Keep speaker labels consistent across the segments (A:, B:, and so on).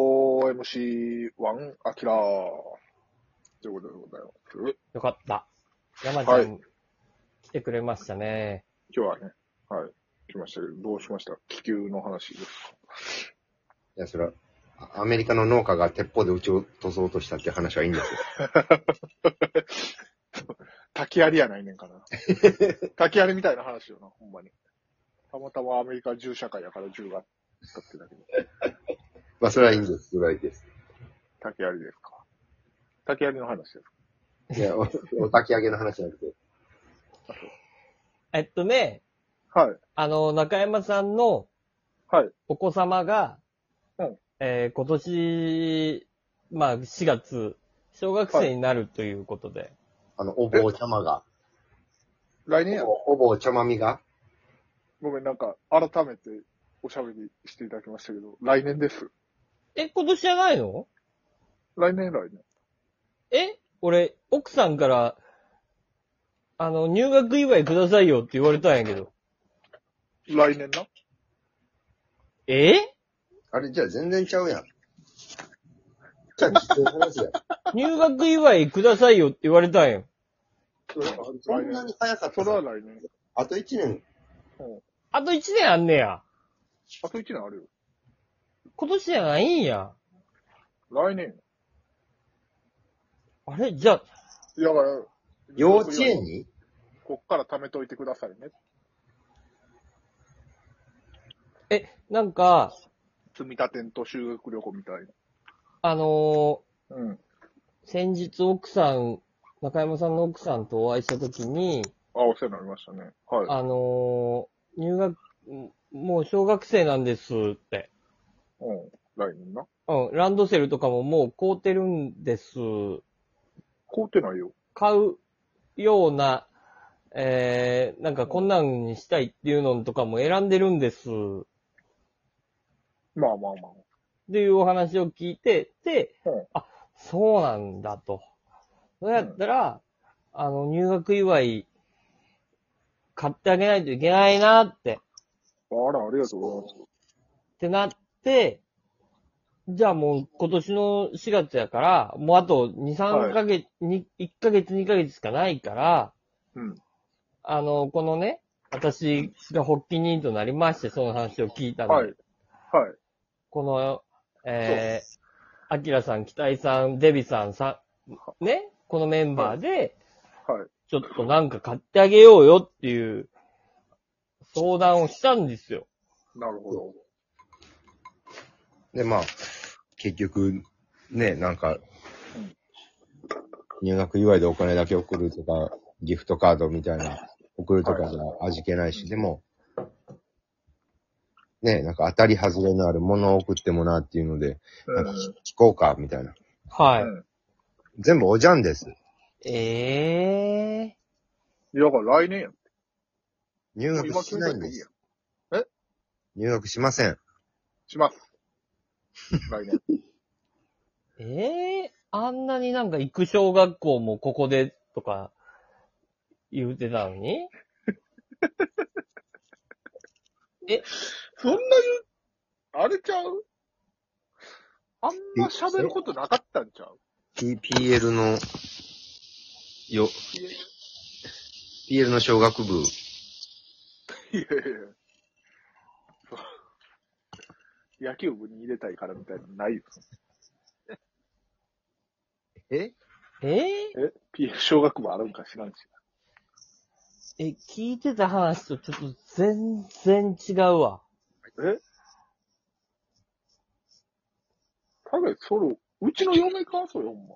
A: 4MC1 アキラー。ということでございます。
B: よかった。山ちゃん、
A: はい
B: 来てくれましたね。
A: 今日はね、はい、来ましたけど、どうしました気球の話です。
C: いや、それは、あアメリカの農家が鉄砲で撃ち落とそうとしたっていう話はいいんですよ。
A: 滝ありやないねんか な。滝ありみたいな話よな、ほんまに。たまたまアメリカ銃社会やから銃があったってだけで。
C: まあ、それはいいんです。それはいいです。
A: 滝ありですか。滝ありの話です。
C: いや、お、お焚き上げの話じゃなくて。
B: えっとね、
A: はい。
B: あの、中山さんの
A: はい。
B: お子様が、
A: うん
B: えー今年、まあ、4月、小学生になるということで。
C: あの、お坊ちゃまが。
A: 来年やろ
C: おお坊ちゃまみが。
A: ごめん、なんか、改めておしゃべりしていただきましたけど、来年です。
B: え、今年じゃないの
A: 来年来年。
B: え俺、奥さんから、あの、入学祝いくださいよって言われたんやけど。
A: 来年な
B: え
C: あれ、じゃあ全然ちゃうやん。じゃあ、聞く話だよ。
B: 入学祝いくださいよって言われたんや。
C: そんなに早かっ
A: そ
C: た
A: れは
C: ら、
A: 来年。
C: あと1年。
B: あと1年あんねや。
A: あと1年あるよ。
B: 今年じゃないんや。
A: 来年。
B: あれじゃあ、
A: いやだから、
C: 幼稚園に
A: こっから貯めといてくださいね。
B: え、なんか、
A: 積み立てんと修学旅行みたい
B: あの
A: な。うん。
B: ー先日奥さん、中山さんの奥さんとお会いしたときに、
A: あ、お世話になりましたね。は
B: あのー入学、もう小学生なんですって。
A: い。うん。来年な。
B: うん、ランドセルとかももう凍ってるんです。
A: 買うてないよ。
B: 買うような、えー、なんかこんなんにしたいっていうのとかも選んでるんです。
A: まあまあまあ。
B: っていうお話を聞いて、で、
A: うん
B: あ、そうなんだと。そうやったら、あの、入学祝い、買ってあげないといけないなって、
A: あら、ありがとうございます。
B: ってなって、じゃあもう今年の4月やから、もうあと2、3ヶ月、に1ヶ月、2ヶ月しかないから、
A: うん。
B: あの、このね、私が発起人となりまして、その話を聞いたの。
A: はい。はい。
B: この、えー、アキラさん、北井さん、デビさん、さ、ね、このメンバーで、
A: はい。
B: ちょっとなんか買ってあげようよっていう相談をしたんですよ。
A: なるほど。
C: で、まあ、結局、ね、なんか、入学祝いでお金だけ送るとか、ギフトカードみたいな、送るとかじゃ味気ないし、でも、ね、なんか当たり外れのあるものを送ってもなっていうので、なんか
A: う
C: 聞こうか、みたいな。
B: はい。
A: うん
C: 全部おじゃんです。
B: ええ
A: ん。いや、だから来年やん。
C: 入
A: もう今
C: 学し
A: 決
C: な
A: め
C: い
A: と
C: ん
A: いて
C: で
A: いいやん
C: す。。入学しません。
A: します。来年。
B: ええあんなになんか行く小学校もここでとか言うてたのに
A: そんなに、あれちゃうあんま喋ることなかったんちゃう
C: PPL の、よ、
A: いや
C: PL の小学部、
A: いやいやいや。野球部に入れたいからみたいなのないよ。
C: え
B: ええ
A: え ?PF 小学部あるんか知らんし。
B: え、聞いてた話とちょっと全然違うわ。
A: えただそれ、うちの嫁かそれ、ほんま。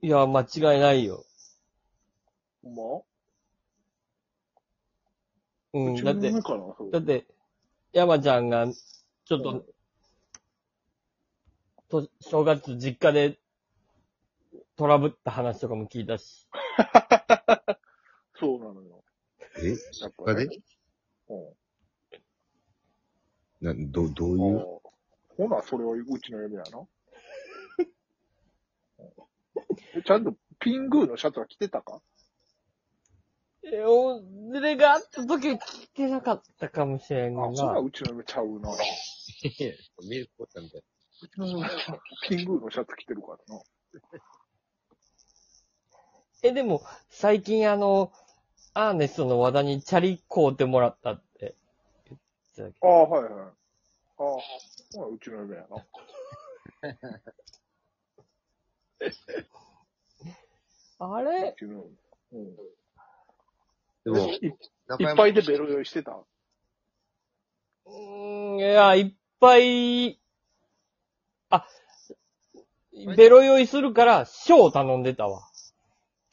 B: いや、間違いないよ。
A: ほん
B: う
A: ま
B: ん、
A: うち
B: だ
A: の
B: って
A: 嫁、かなそ
B: だ
A: れ。
B: って、山ちゃんが、ちょっと、と、正月実家で、トラブった話とかも聞いたし。
A: そうなのよ。
C: え
A: やっぱ
C: あ
A: ね
C: れ
A: う。
C: な、ど、どうんい
A: あ
C: う
A: ーほな、それはうちの嫁やな。うんえちゃんとピングーのシャツは着てたか
B: え、お、でがあった時は聞いてなかったかもしれん
A: あ
B: が、、
A: それはうちの嫁ちゃうな。
C: いやミルクボーイさんみたい。
A: ピングーのシャツ着てるからな。
B: え、でも、最近あの、アーネストの和田にチャリ買うてもらったって言ってたけ
A: あ
B: ど。
A: あ、はいはい。ああ、ほらうちの嫁やな。
B: あれ
A: うちの嫁。うん
C: でも、
A: いい
C: 中
A: っ
C: 山
A: ぱいでベロ酔いしてた。
B: うーん、いや、いっぱい、あ、ベロ酔いするから、ショー頼んでたわ。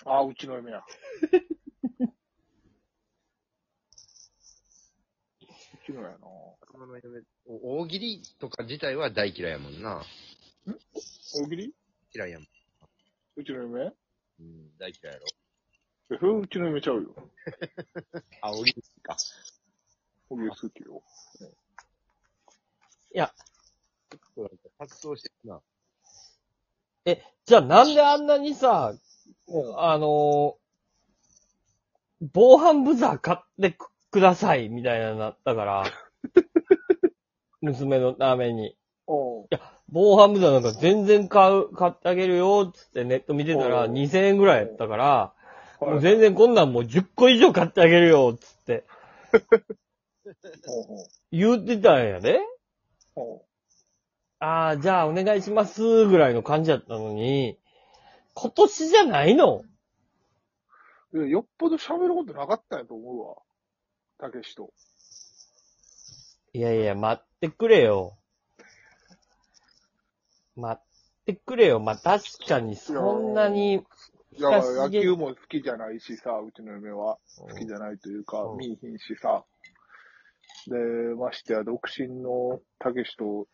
A: ああ、うちの嫁や。 うちのやな。
C: 中山の嫁大喜利とか自体は大嫌いやもんな。
A: 大喜利
C: 嫌いやもん。
A: うちの嫁え、
C: うん、大嫌いやろ。
A: それうちの嫁ちゃうよ。
C: あ、大喜利か。
A: 大喜利好きよ。
C: そうなんか発動してるな。
B: じゃあなんであんなにさ、あのー防犯ブザー買ってくください、みたいなのなっ たから。娘のために。
A: おう
B: 防犯ブザーなんか全然買う、買ってあげるよ、つってネット見てたら
A: おう
B: 2000円ぐらいやったから、も
A: は
B: う
A: い
B: 全然こんなんもう10個以上買ってあげるよ、つって
A: おうおう
B: 言ってたんやで。
A: おう
B: ああ、じゃあお願いします、ぐらいの感じだったのに、今年じゃないの
A: いやよっぽど喋ることなかったんやと思うわ。たけしと。
B: いやいや、待ってくれよ。待ってくれよ。まあ、確かに、そんなに、
A: いや、
B: 親
A: 野
B: しげ
A: 球も好きじゃないしさ、うちの嫁は。好きじゃないというか
B: う、ん
A: 見いひんしさ。で、ましてや、独身のたけしと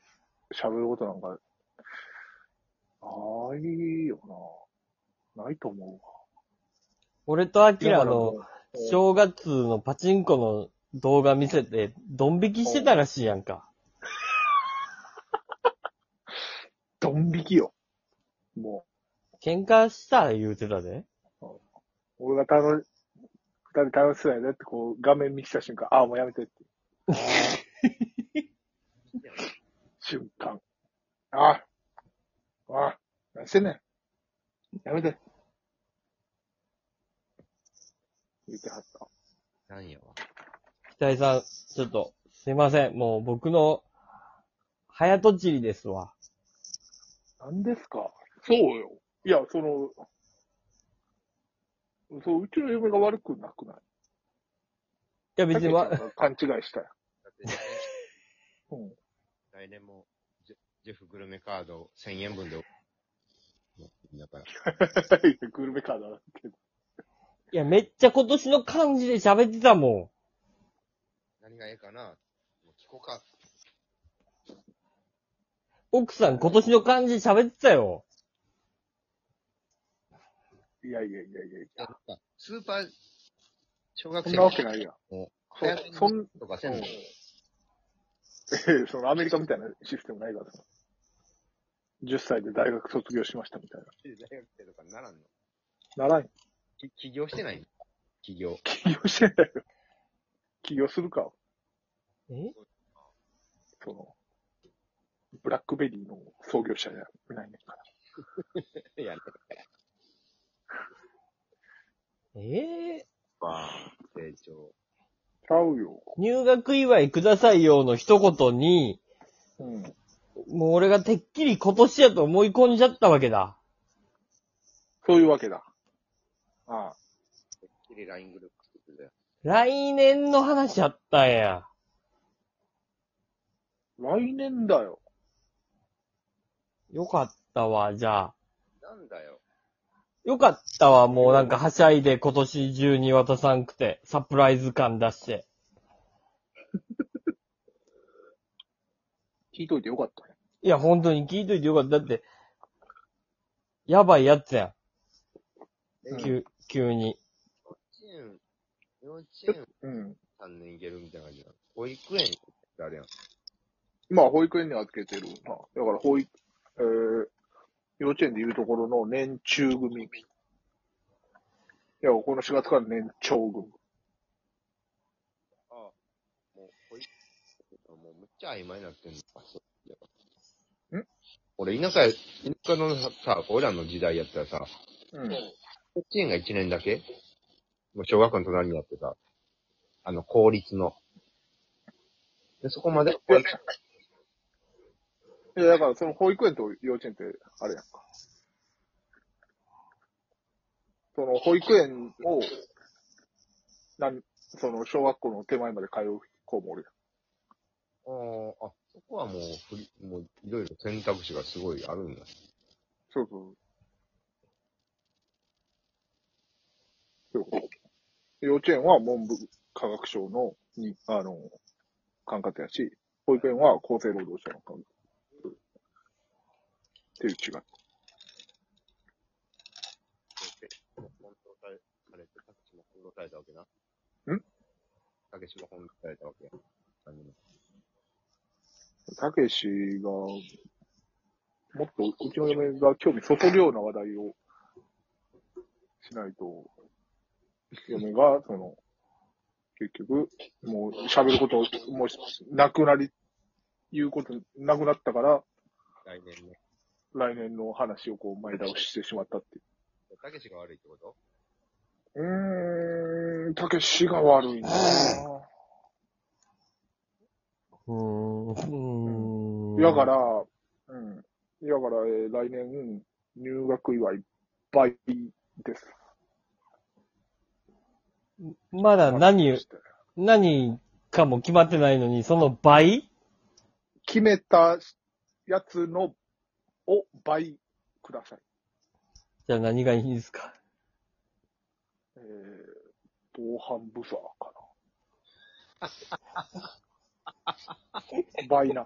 A: 喋ることなんか、ないよな。ないと思
B: 俺とア
A: うわ。
B: キラの、
A: ょ
B: 正月のパチンコの動画見せて、ドン引きしてたらしいやんか。
A: ドン引きよ。も
B: 喧嘩した言うてたで。
A: う、俺が楽し、二人楽しそうやねって、こう、画面見した瞬間、あ あ、もうやめてって。瞬間。ああ、ああ、何してんねん。やめて。言ってはった。
C: なんやわ。
B: 北井さん、ちょっと、すいません。もう僕の、早とちりですわ。
A: 何ですかそうよ。いや、その、そう、うちの嫁が悪くなくない
B: いや、別にわ
A: 竹ちゃんが勘違いしたよ。
C: だってね、
A: うん。
C: 来年もジェ、ジェフグルメカード1000円分で、だから、
A: グルメカードだけど。
B: いや、めっちゃ今年の感じで喋ってたも
C: 何がええかなもう聞こうか。
B: ん。奥さん、今年の感じで喋ってたよ。
A: いやいやいやいやいや。
C: スーパー、小学
A: そ
C: 生
A: んなわけないやん。
C: もう、
A: そ
C: 早
A: う、そん、うん
C: とか せんの。
A: え えそのアメリカみたいなシステムないから。10歳で大学卒業しましたみたい
C: 大学生とかならんの。
A: な。ならんよ。
C: き起業してないの起業。
A: 起業してないよ。起業するか。
B: え
A: その、ブラックベリーの創業者じゃないねんから。
C: いや、
B: ええ
C: 成長。
A: ちゃうよ。
B: 入学祝いくださいよの一言に、
A: うん。
B: もう俺がてっきり今年やと思い込んじゃったわけだ。
A: そういうわけだ。ああ。
C: きり LINE グループ作ってたよ。
B: 来年の話やったんや。
A: 来年だよ。
B: よかったわ、じゃあ。
C: なんだよ。
B: よかったわ、もうなんかはしゃいで今年中に渡さんくて、サプライズ感出して。
A: 聞いといてよかったね。
B: いや、本当に聞いといてよかった。だって、やばいやつや。
A: うんん
B: 急、急に。
C: 幼稚園、幼稚園
A: うん。
C: 3年いけるみたいな感じなの。保育園ってあれやん。
A: まあ、保育園には預けてるな。だから、保育、えー、幼稚園でいうところの年中組。いや、この4月から年長組。
C: ああ。もう保育園、もうむっちゃちゃ曖昧になってんのか、そういえば
A: ん
C: 俺、田舎や、田舎のさ、俺らの時代やったらさ、
A: うん。
C: 幼稚園が1年だけもう小学校の隣にあってさ、あの、公立の。で、そこまで、
A: いや、だからその保育園と幼稚園ってあれやんか。その保育園を、なん、その小学校の手前まで通う子もおるやん。
C: あーあ、そこはもうフリ、もう、いろいろ選択肢がすごいあるんだ。
A: そうそう。そういうこと。幼稚園は文部科学省の、に、あの、管轄やし、保育園は厚生労働省の管轄。っていう違い。
C: 翻弄されされて、竹島翻弄されたわけな。
A: ん
C: 竹島翻弄されたわけや。何も
A: たけしが、もっとうちの嫁が興味そそるような話題をしないと、嫁が、その、結局、もう喋ること、もうなくなり、言うことなくなったから、
C: 来年ね。
A: 来年の話をこう前倒ししてしまったってい
C: 竹島が悪いってこと
A: う。うーん、たけしが悪いなぁ
B: うーん。
A: だから、うん。だから、えー来年、入学祝い、倍です。
B: まだ何、何かも決まってないのに、その倍
A: 決めたやつの、を倍ください。
B: じゃあ何がいいんですか
A: えー、防犯ブザーかな。倍な。